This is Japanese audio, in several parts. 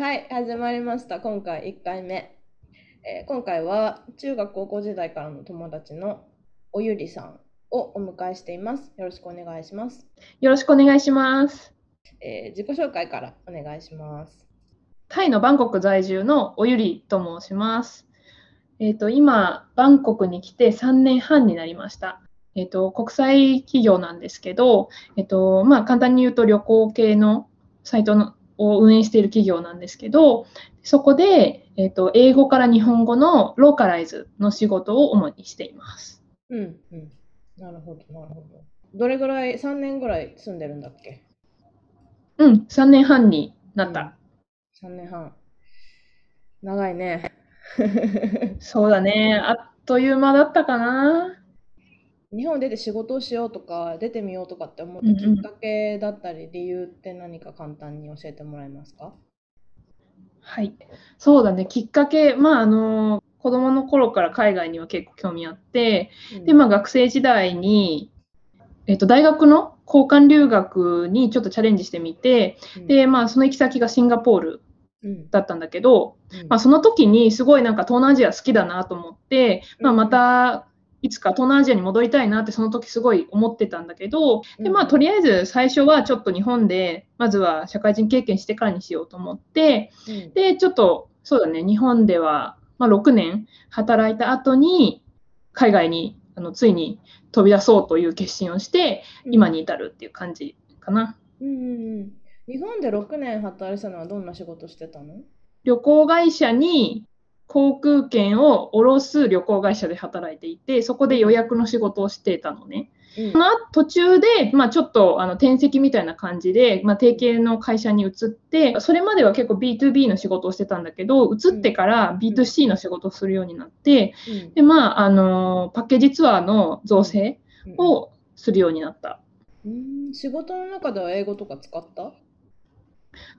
はい、始まりました。今回1回目。えー今回は中学高校時代からの友達のおゆりさんをお迎えしています。よろしくお願いします。よろしくお願いします。えー自己紹介からお願いします。タイのバンコク在住のおゆりと申します。えっ、と、今、バンコクに来て3年半になりました。えっ、と、国際企業なんですけど、えっ、と、まあ、簡単に言うと旅行系のサイトのを運営している企業なんですけど、そこで、えっ、と、英語から日本語のローカライズの仕事を主にしています。うんうん。なるほど、なるほど。どれぐらい、3年ぐらい住んでるんだっけうん、3年半になった。 ?3 年半。長いね。 そうだね。あっという間だったかな。日本出て仕事をしようとか、出てみようとかって思ったきっかけだったり、理由って何か簡単に教えてもらえますかはい、そうだね、きっかけ、まああの子供の頃から海外には結構興味あって、でまあ、学生時代に、えっと、大学の交換留学にちょっとチャレンジしてみて、うん、でまあ、その行き先がシンガポールうん、だったんだけど、うんまあ、その時にすごいなんか東南アジア好きだなと思って、まあ、またいつか東南アジアに戻りたいなってその時すごい思ってたんだけどで、まあ、とりあえず最初はちょっと日本でまずは社会人経験してからにしようと思って。うんで、ちょっと、そうだね、日本では、まあ、6年働いた後に、海外にあのついに飛び出そうという決心をして、今に至るっていう感じかな。うんうんうん、日本で6年働いてたのはどんな仕事してたの旅行会社に航空券を卸す旅行会社で働いていて、そこで予約の仕事をしていたのね。うんその後途中で、まあ、ちょっとあの転籍みたいな感じで、まあ、提携の会社に移って、それまでは結構 B2B の仕事をしてたんだけど、移ってから B2C の仕事をするようになって、でまああのパッケージツアーの造成をするようになった。うん、仕事の中では英語とか使った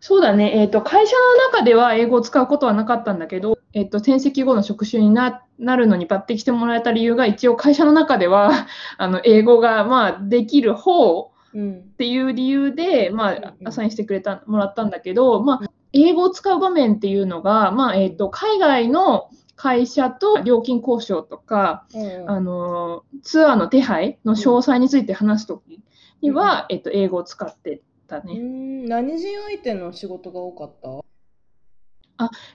そうだね、えー、と会社の中では英語を使うことはなかったんだけど、えー、と転籍後の職種にななるのに抜擢してもらえた理由が一応会社の中では あの英語が、まあ、できる方っうんていう理由で、まうんあう、んアサインしてくれたもらったんだけど、まあ、英語を使う場面っていうのが、まあえー、と海外の会社と料金交渉とか、うんあのツアーの手配の詳細について話すときには、えっと、英語を使ってたうね。ん、何人相手の仕事が多かった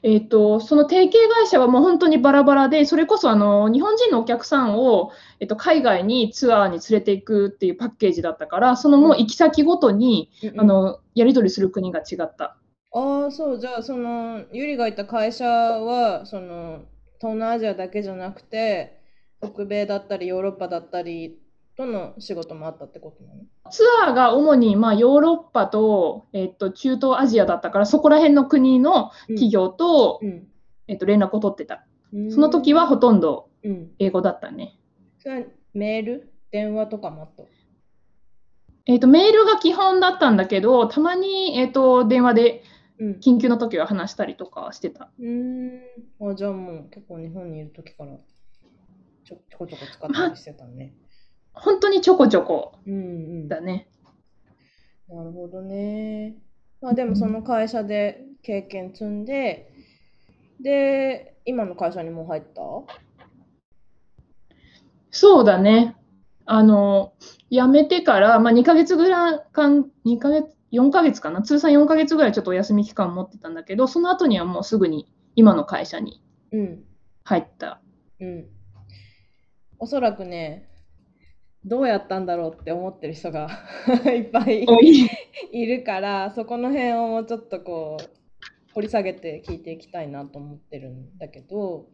えっと、その提携会社はもう本当にバラバラで、それこそあの日本人のお客さんを、えっと、海外にツアーに連れていくっていうパッケージだったから、そのもう行き先ごとに、あのやり取りする国が違った。ああ、そう、じゃあ、その、ゆりがいた会社は、その、東南アジアだけじゃなくて、北米だったり、ヨーロッパだったりとの仕事もあったってことなのツアーが主に、まあ、ヨーロッパと、えっと、中東アジアだったから、そこら辺の国の企業と、うんえっと、連絡を取ってた。うんその時はほとんどうん。英語だったね。それはメール電話とかもあった。えー、とメールが基本だったんだけどたまに、えー、と電話でうん。緊急の時は話したりとかはしてたうーん。あ、じゃあもう結構日本にいる時からちょ、ちょこちょこ使ったりしてたね。本当にちょこちょこうんうん。なだねるほどね。まあでもその会社で経験積んで、で、今の会社にもう入ったそうだねあの辞めてから、まあ、2ヶ月ぐらい間2ヶ月4ヶ月かな通算4ヶ月ぐらいちょっとお休み期間持ってたんだけどその後にはもうすぐに今の会社にうん。入ったうん。おそらくね、どうやったんだろうって思ってる人が いっぱい。いるからそこの辺をもうちょっとこう掘り下げて聞いていきたいなと思ってるんだけど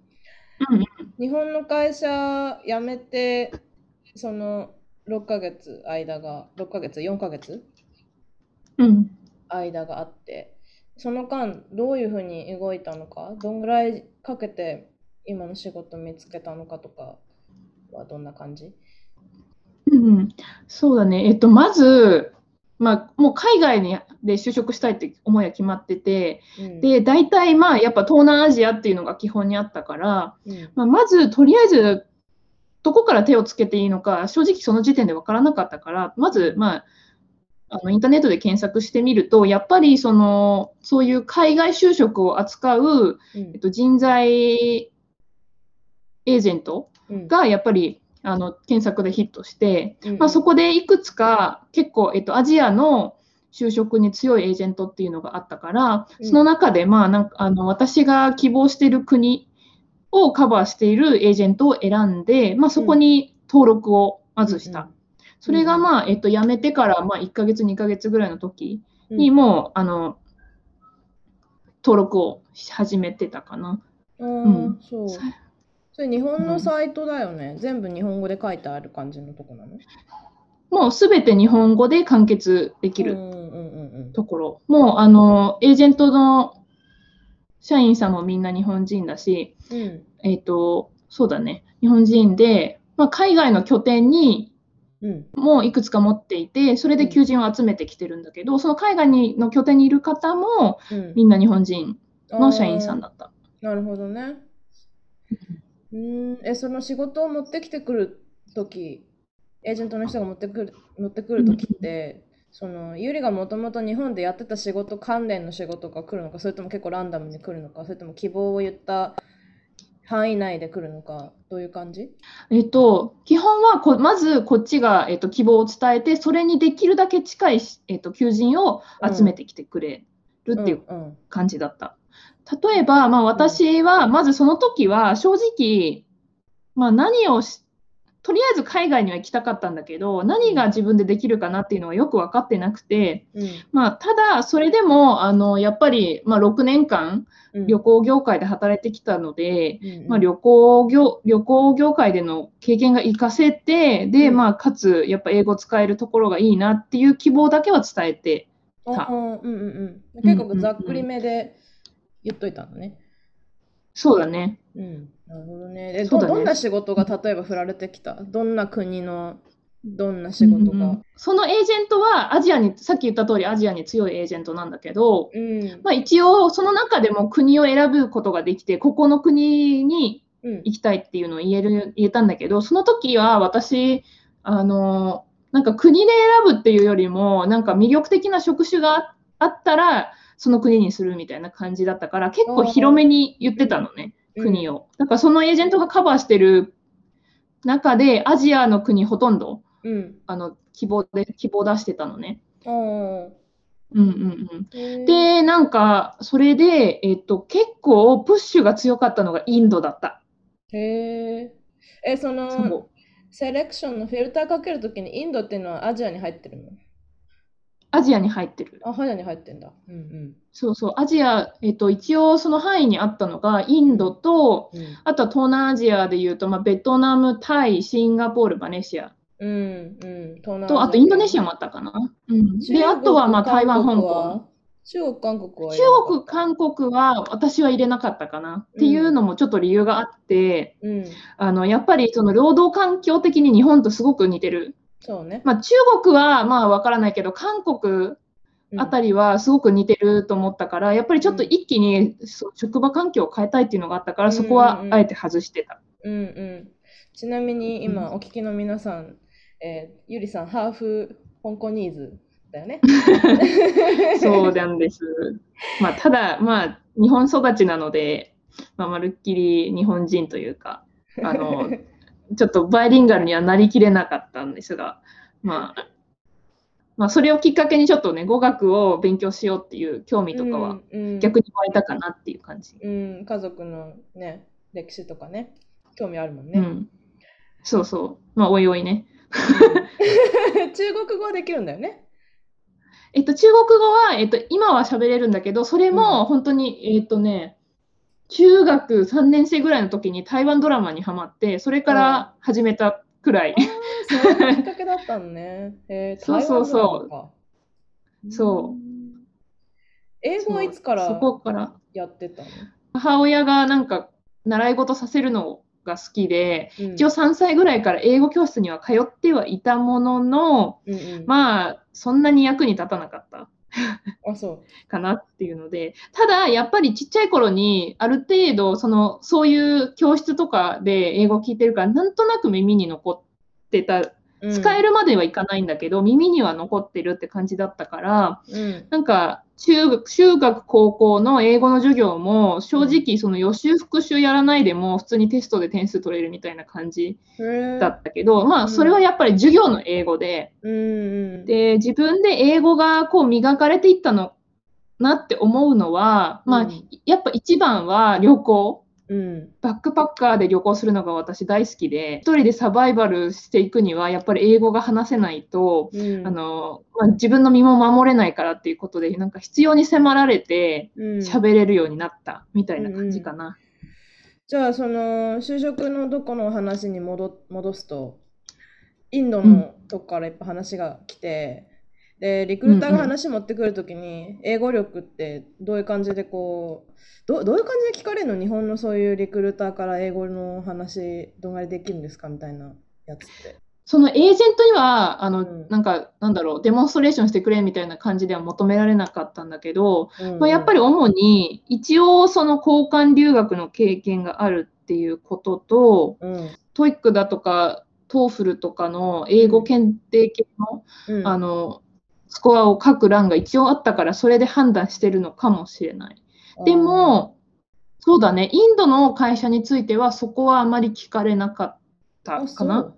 うんうん日本の会社辞めてその6ヶ月間が6ヶ月4ヶ月うん間があってその間どういうふうに動いたのかどんぐらいかけて今の仕事見つけたのかとかはどんな感じうんうん、そうだね、えっと、まず、まあ、もう海外にで就職したいって思いは決まってて、うんで大体まあやっぱ東南アジアっていうのが基本にあったから、うんまあ、まずとりあえずどこから手をつけていいのか正直その時点で分からなかったからまずまああのインターネットで検索してみると、やっぱりそのそういう海外就職を扱う、うんえっと、人材エージェントうんがやっぱりあの検索でヒットして、うんまあ、そこでいくつか結構、えっと、アジアの就職に強いエージェントっていうのがあったから、うんその中で、まあ、なんかあの私が希望している国をカバーしているエージェントを選んで、まあ、そこに登録をまずした。それが、まあえっと、辞めてから、まあ、1ヶ月、2ヶ月ぐらいの時うんにもう、あの登録をし始めてたかな。うんうんそうさそれ日本うのんサイトだよね、全部日本語で書いてある感じのとこなのもうすべて日本語で完結できうるんうんうんうんところ。もうあのエージェントの社員さんもみんな日本人だし、うんえっとそうだね、日本人で、まあ、海外の拠点にうんもういくつか持っていて、それで求人を集めてきてるんだけど、その海外にの拠点にいる方もうんみんな日本人の社員さんだだった。なるほどねうんえその仕事を持ってきてくる時エージェントの人が持ってくる持ってくる時ってそのゆりがもともと日本でやってた仕事関連の仕事が来るのかそれとも結構ランダムに来るのかそれとも希望を言った範囲内で来るのかどういう感じえっと、基本はこまずこっちが、えっと、希望を伝えてそれにできるだけ近いし、えっと、求人を集めてきてくれるっていううん感じだった。例えば、まあ、私はまずその時は正直、まあ、何をしとりあえず海外には行きたかったんだけど何が自分でできるかなっていうのはよく分かってなくて、うんまあ、ただそれでもあのやっぱり、まあ、6年間うん旅行業界で働いてきたので、うんまあ、旅行業旅行業界での経験が活かせてで、うんまあ、かつやっぱ英語使えるところがいいなっていう希望だけは伝えてたうんうんうん、結構ざっくりめで言っといたのね。そうだねうん、なるほどね。えそどうだねどんな仕事が例えば振られてきたどんな国のどんな仕事うんうがん。そのエージェントはアジアにさっき言った通りアジアに強いエージェントなんだけど、うんまあ、一応その中でも国を選ぶことができてここの国にうん行きたいっていうのを言える言えたんだけどその時は私あのなんか国で選ぶっていうよりもなんか魅力的な職種がああったらその国にするみたいな感じだったから結構広めに言ってたのね国を。を。だからそのエージェントがカバーしてる中でアジアの国ほとんどうん。あの希望で希望出してたのね。ああうんうんうん、へーでなんかそれで、えっと、結構プッシュが強かったのがインドだった。へえ。え、そそうのセレクションのフィルターかけるときにインドっていうのはアジアに入ってるのアジアに入ってる。あ、アジアに入ってんだ。うんうんそうそう、アジア、えっと、一応その範囲にあったのが、インドと、うん。あとは東南アジアでいうと、まあ、ベトナム、タイ、シンガポール、マレーシアうんうん。東南と、あとインドネシアアもあったかな。うん、系。で、あとはまあ台湾、香港。。中国、韓国は中中国、韓国は私は入れなかったかなっていうのもちょっと理由があって、国。うん。あのやっぱりその労働環境的に日本とすごく似てる。そうね。まあ、中国はまあ分からないけど、韓国あたり。りはすごく似てると思ったから、やっぱりちょっと一気にそう職場環境を変えたいっていうのがあったかうら、んそこはあえて外してた。うんうん。ちなみに今お聞きの皆さん、えーゆりさん、ハーフ香港ニーズだよね。 そうなんです。まあ、ただ、まあ、日本育ちなので、まあ、まるっきり日本人というか、あの ちょっとバイリンガルにはなりきれなかったんですが、まあ、まあ、それをきっかけにちょっとね、語学を勉強しようっていう興味とかはうんうん逆に湧いたかなっていう感じ。うん、家族のね、歴史とかね、興味あるもんうね。ん。そうそう。まあ、おいおいね。 中国語はできるんだよね。えっと、中国語は、えっと、今は喋れるんだけど、それも本当に、えっとね、中学3年生ぐらいの時に台湾ドラマにハマって、それから始めたくらい。それがきっかけだったの ね。えー、そうそうそう台湾ドラマかそん英語はいつかそうそらこから。やってたの、母親がなんか習い事させるのが好きで、うん一応3歳ぐらいから英語教室には通ってはいたものの、うんうんまあ、そんなに役に立たなかった。あ、そう。かなっていうのでただやっぱりちっちゃい頃にある程度そのそういう教室とかで英語を聞いてるからなんとなく耳に残ってたうん使えるまではいかないんだけど、耳には残ってるって感じだったから、うんなんか中学、中学、高校の英語の授業も、正直その予習復習やらないでも、普通にテストで点数取れるみたいな感じだったけど、うまあんそれはやっぱり授業の英語で、うんで、自分で英語がこう磨かれていったのなって思うのは、まうあんやっぱ一番は旅行。うんバックパッカーで旅行するのが私大好きで、一人でサバイバルしていくには、やっぱり英語が話せないと、うんあの、まあ、自分の身も守れないからっていうことで、なんか必要に迫られて、うん喋れるようになったみたいな感じかな。じゃあその就職のどこのお話に戻戻すとインドうのとこからいっぱい話が来て、でリクルーターが話持ってくるときに、英語力ってどういう感じでこうどどういう感じで聞かれるの日本のそういうリクルーターから英語の話どんぐらいできるんですかみたいなやつって。そのエージェントには、あの、うんなんか、なんだろう、デモンストレーションしてくれみたいな感じでは求められなかったんだけど、まあ、やっぱり、り主に一応その交換留学の経験があるっていうことと、うんトイックだとか、トーフルとかの英語検定系の,、うんあのスコアを書く欄が一応あったから、それで判断してるのかもしれない。で、も、そうだね、インドの会社については、そこはあまり聞かれなかったあかな。。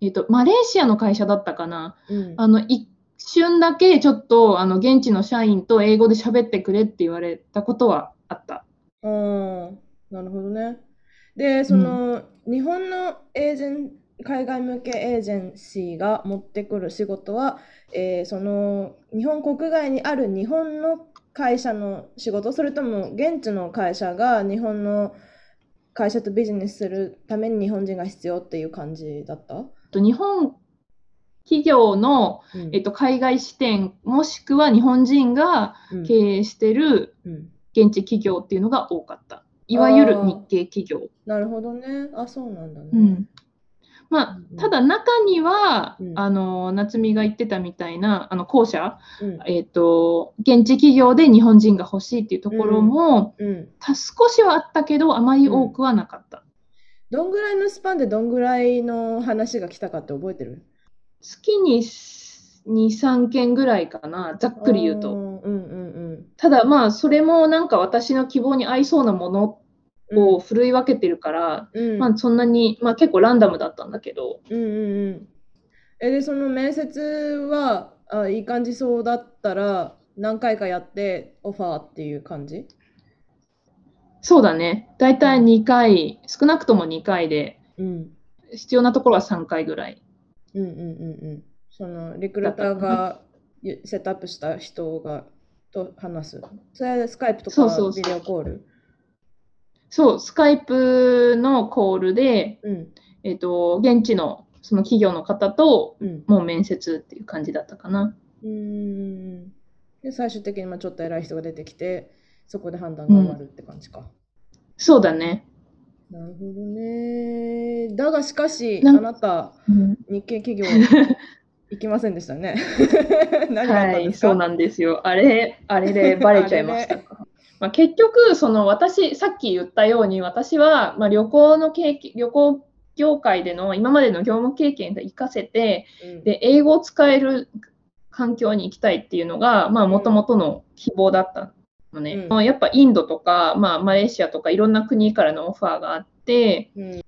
えっとマレーシアの会社だったかな。そううんあの一瞬だけちょっとあの現地の社員と英語で喋ってくれって言われたことはあった。ああ、なるほどね。で、その、日本のエージェン、海外向けエージェンシーが持ってくる仕事は、えーその、日本国外にある日本の会社の仕事、それとも現地の会社が日本の会社とビジネスするために日本人が必要っていう感じだったえっと日本企業の、うんえっと、海外支店もしくは日本人がうん経営してるうん現地企業っていうのが多かった。いわゆる日系企業。なるほどね。あ、そうなんだね。うんまうんあ、ただ中には、うんあの夏美が言ってたみたいなあの後者、うん。えっと現地企業で日本人が欲しいっていうところも、うん。た少しはあったけどあまり多くはなかった、どんぐらいのスパンでどんぐらいの話が来たかって覚えてる月に23件ぐらいかなざっくり言うあーとうんうんただまあそれもなんか私の希望に合いそうなもうん。のをふるい分けてるから、うん、まあそんなに、まあ、結構ランダムだったんだけどうんうんうん。え、で、その面接は、あ、いい感じそうだったら、何回かやって、オファーっていう感じそうだね大体2回少なくとも2回でうん。必要なところは3回ぐらいうんうんうんうん。その、リクルーターがゆセットアップした人が、と話す。それでスカイプとそうそかうそビデうオコール。そうスカイプのコールで、うんえっと現地のその企業の方とうん。もう面接っていう感じだったかなうーん。で、最終的にまあちょっと偉い人が出てきて、そこで判断が終わるって感じか。そうだねなるほどね。だがしかし、なんあなた、うん日系 企業行きませんでしたね。何があったはんでい、すかそうなんですよ。あれ、あ れでバレちゃいましあたか。まあ、結局、その私、さっき言ったように、私は、まあ、旅行の経験、旅行業界での今までの業務経験が活かせて、うんで、英語を使える環境に行きたいっていうのが、まあ、もともとの希望だったのね。うんまあやっぱインドとか、まあ、マレーシアとか、いろんな国からのオファーがあって、うん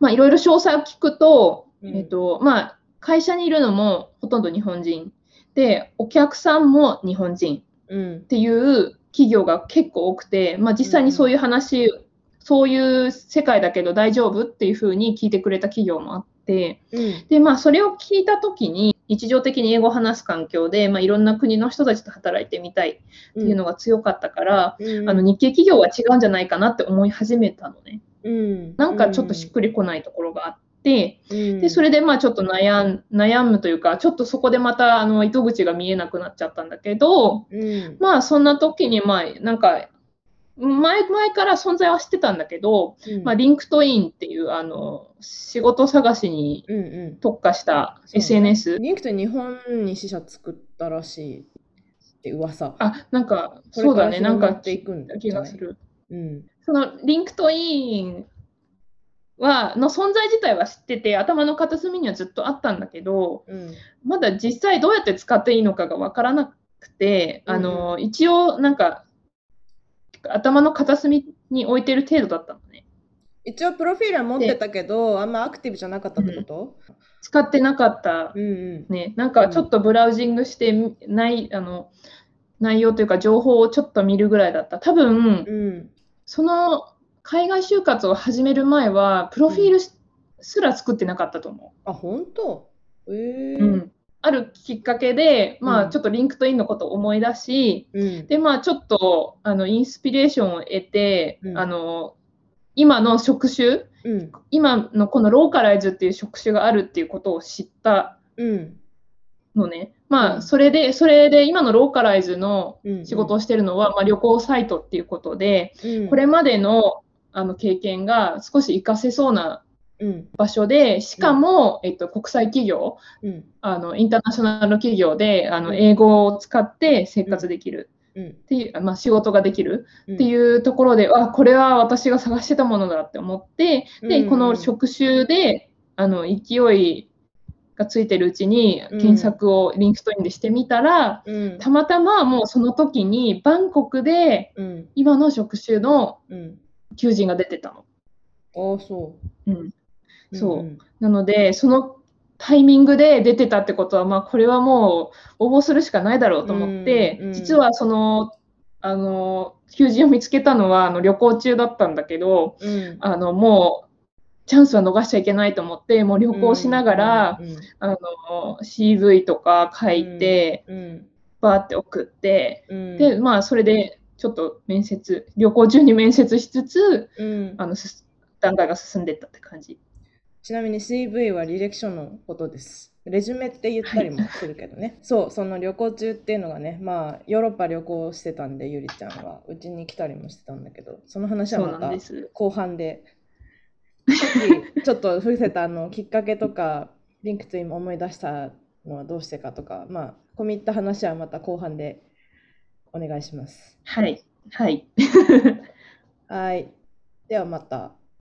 まあ、いろいろ詳細を聞くと、うんえっとまあ、会社にいるのもほとんど日本人でお客さんも日本人っうんていう企業が結構多くて、まあ、実際にそういう話、そういう世界だけど大丈夫っていうふうに聞いてくれた企業もあってうんで、まあ、それを聞いた時に日常的に英語を話す環境で、まあ、いろんな国の人たちと働いてみたいっていうのが強かったから、うんあの日系企業は違うんじゃないかなって思い始めたのね。うんなんかちょっとしっくりこないところがあって、うんでそれでまあちょっと悩ん悩むというか、ちょっとそこでまたあの糸口が見えなくなっちゃったんだけど、うんまあそんな時にまあなんか前前から存在は知ってたんだけど、うんまあ、リンクトインっていうあの仕事探しにうんうん特化したそうね SNS、リンクトイン日本に支社作ったらしいって噂あなんかこれそうからだねなん広がかっていくんだ気がするうんそのリンクトインは、の存在自体は知ってて、頭の片隅にはずっとあったんだけど、うんまだ実際どうやって使っていいのかがわからなくて、あの、一応なんか、頭の片隅に置いてる程度だったのね。一応プロフィールは持ってたけどあんまアクティブじゃなかったってこと、使ってなかったうん、うんね、なんかちょっとブラウジングしてみない、あの内容というか情報をちょっと見るぐらいだった多分、うんその海外就活を始める前はプロフィールすすら作ってなかったと思あ本当えーう、うんあるきっかけで、まうあ、んちょっとリンクトインのことを思い出し、うんでまあちょっとあのインスピレーションを得て、うんあの今の職種うん今のこのローカライズっていう職種があるっていうことを知ったうんのね。うまんあ、それで、それで今のローカライズのうん仕事をしてるのは、まあ、旅行サイトっていうことで、うんこれまでのあの経験が少し活かせそうなうん場所で、しかも、えっと、国際企業、うんあのインターナショナル企業であうのん英語を使って生活できるうんっていう、まあ、仕事ができるうんっていうところで、あこれは私が探してたものだって思って、うんでうんこの職種であの勢いがついてるうちにうん検索をリンクトインでしてみたら、うんたまたまもうその時にバンコクでうん今の職種のうん求人が出てたの。ああそううん、そううんなのでそのタイミングで出てたってことは、まあ、これはもう応募するしかないだろうと思って、うんうん実はそのあの求人を見つけたのはあの旅行中だったんだけどうんあのもうチャンスは逃しちゃいけないと思ってもう旅行しながら、うんあの CV とか書いて、うんバーって送ってうんでまあそれでちょっと面接旅行中に面接しつつうんあのす段階が進んでったって感じ。ちなみに CV は履歴書のことです。レジュメって言ったりもするけどね。そう、その旅行中っていうのがね、まあ、ヨーロッパ旅行してたんで、ゆりちゃんは、うちに来たりもしてたんだけど、その話そうはまなんたです。後半で。さっきちょっと伏せたあのきっかけとか、リンクツインも思い出したのはどうしてかとか、まあ、込み入った話はまた後半でお願いします。はい。はい。はい。ではまた。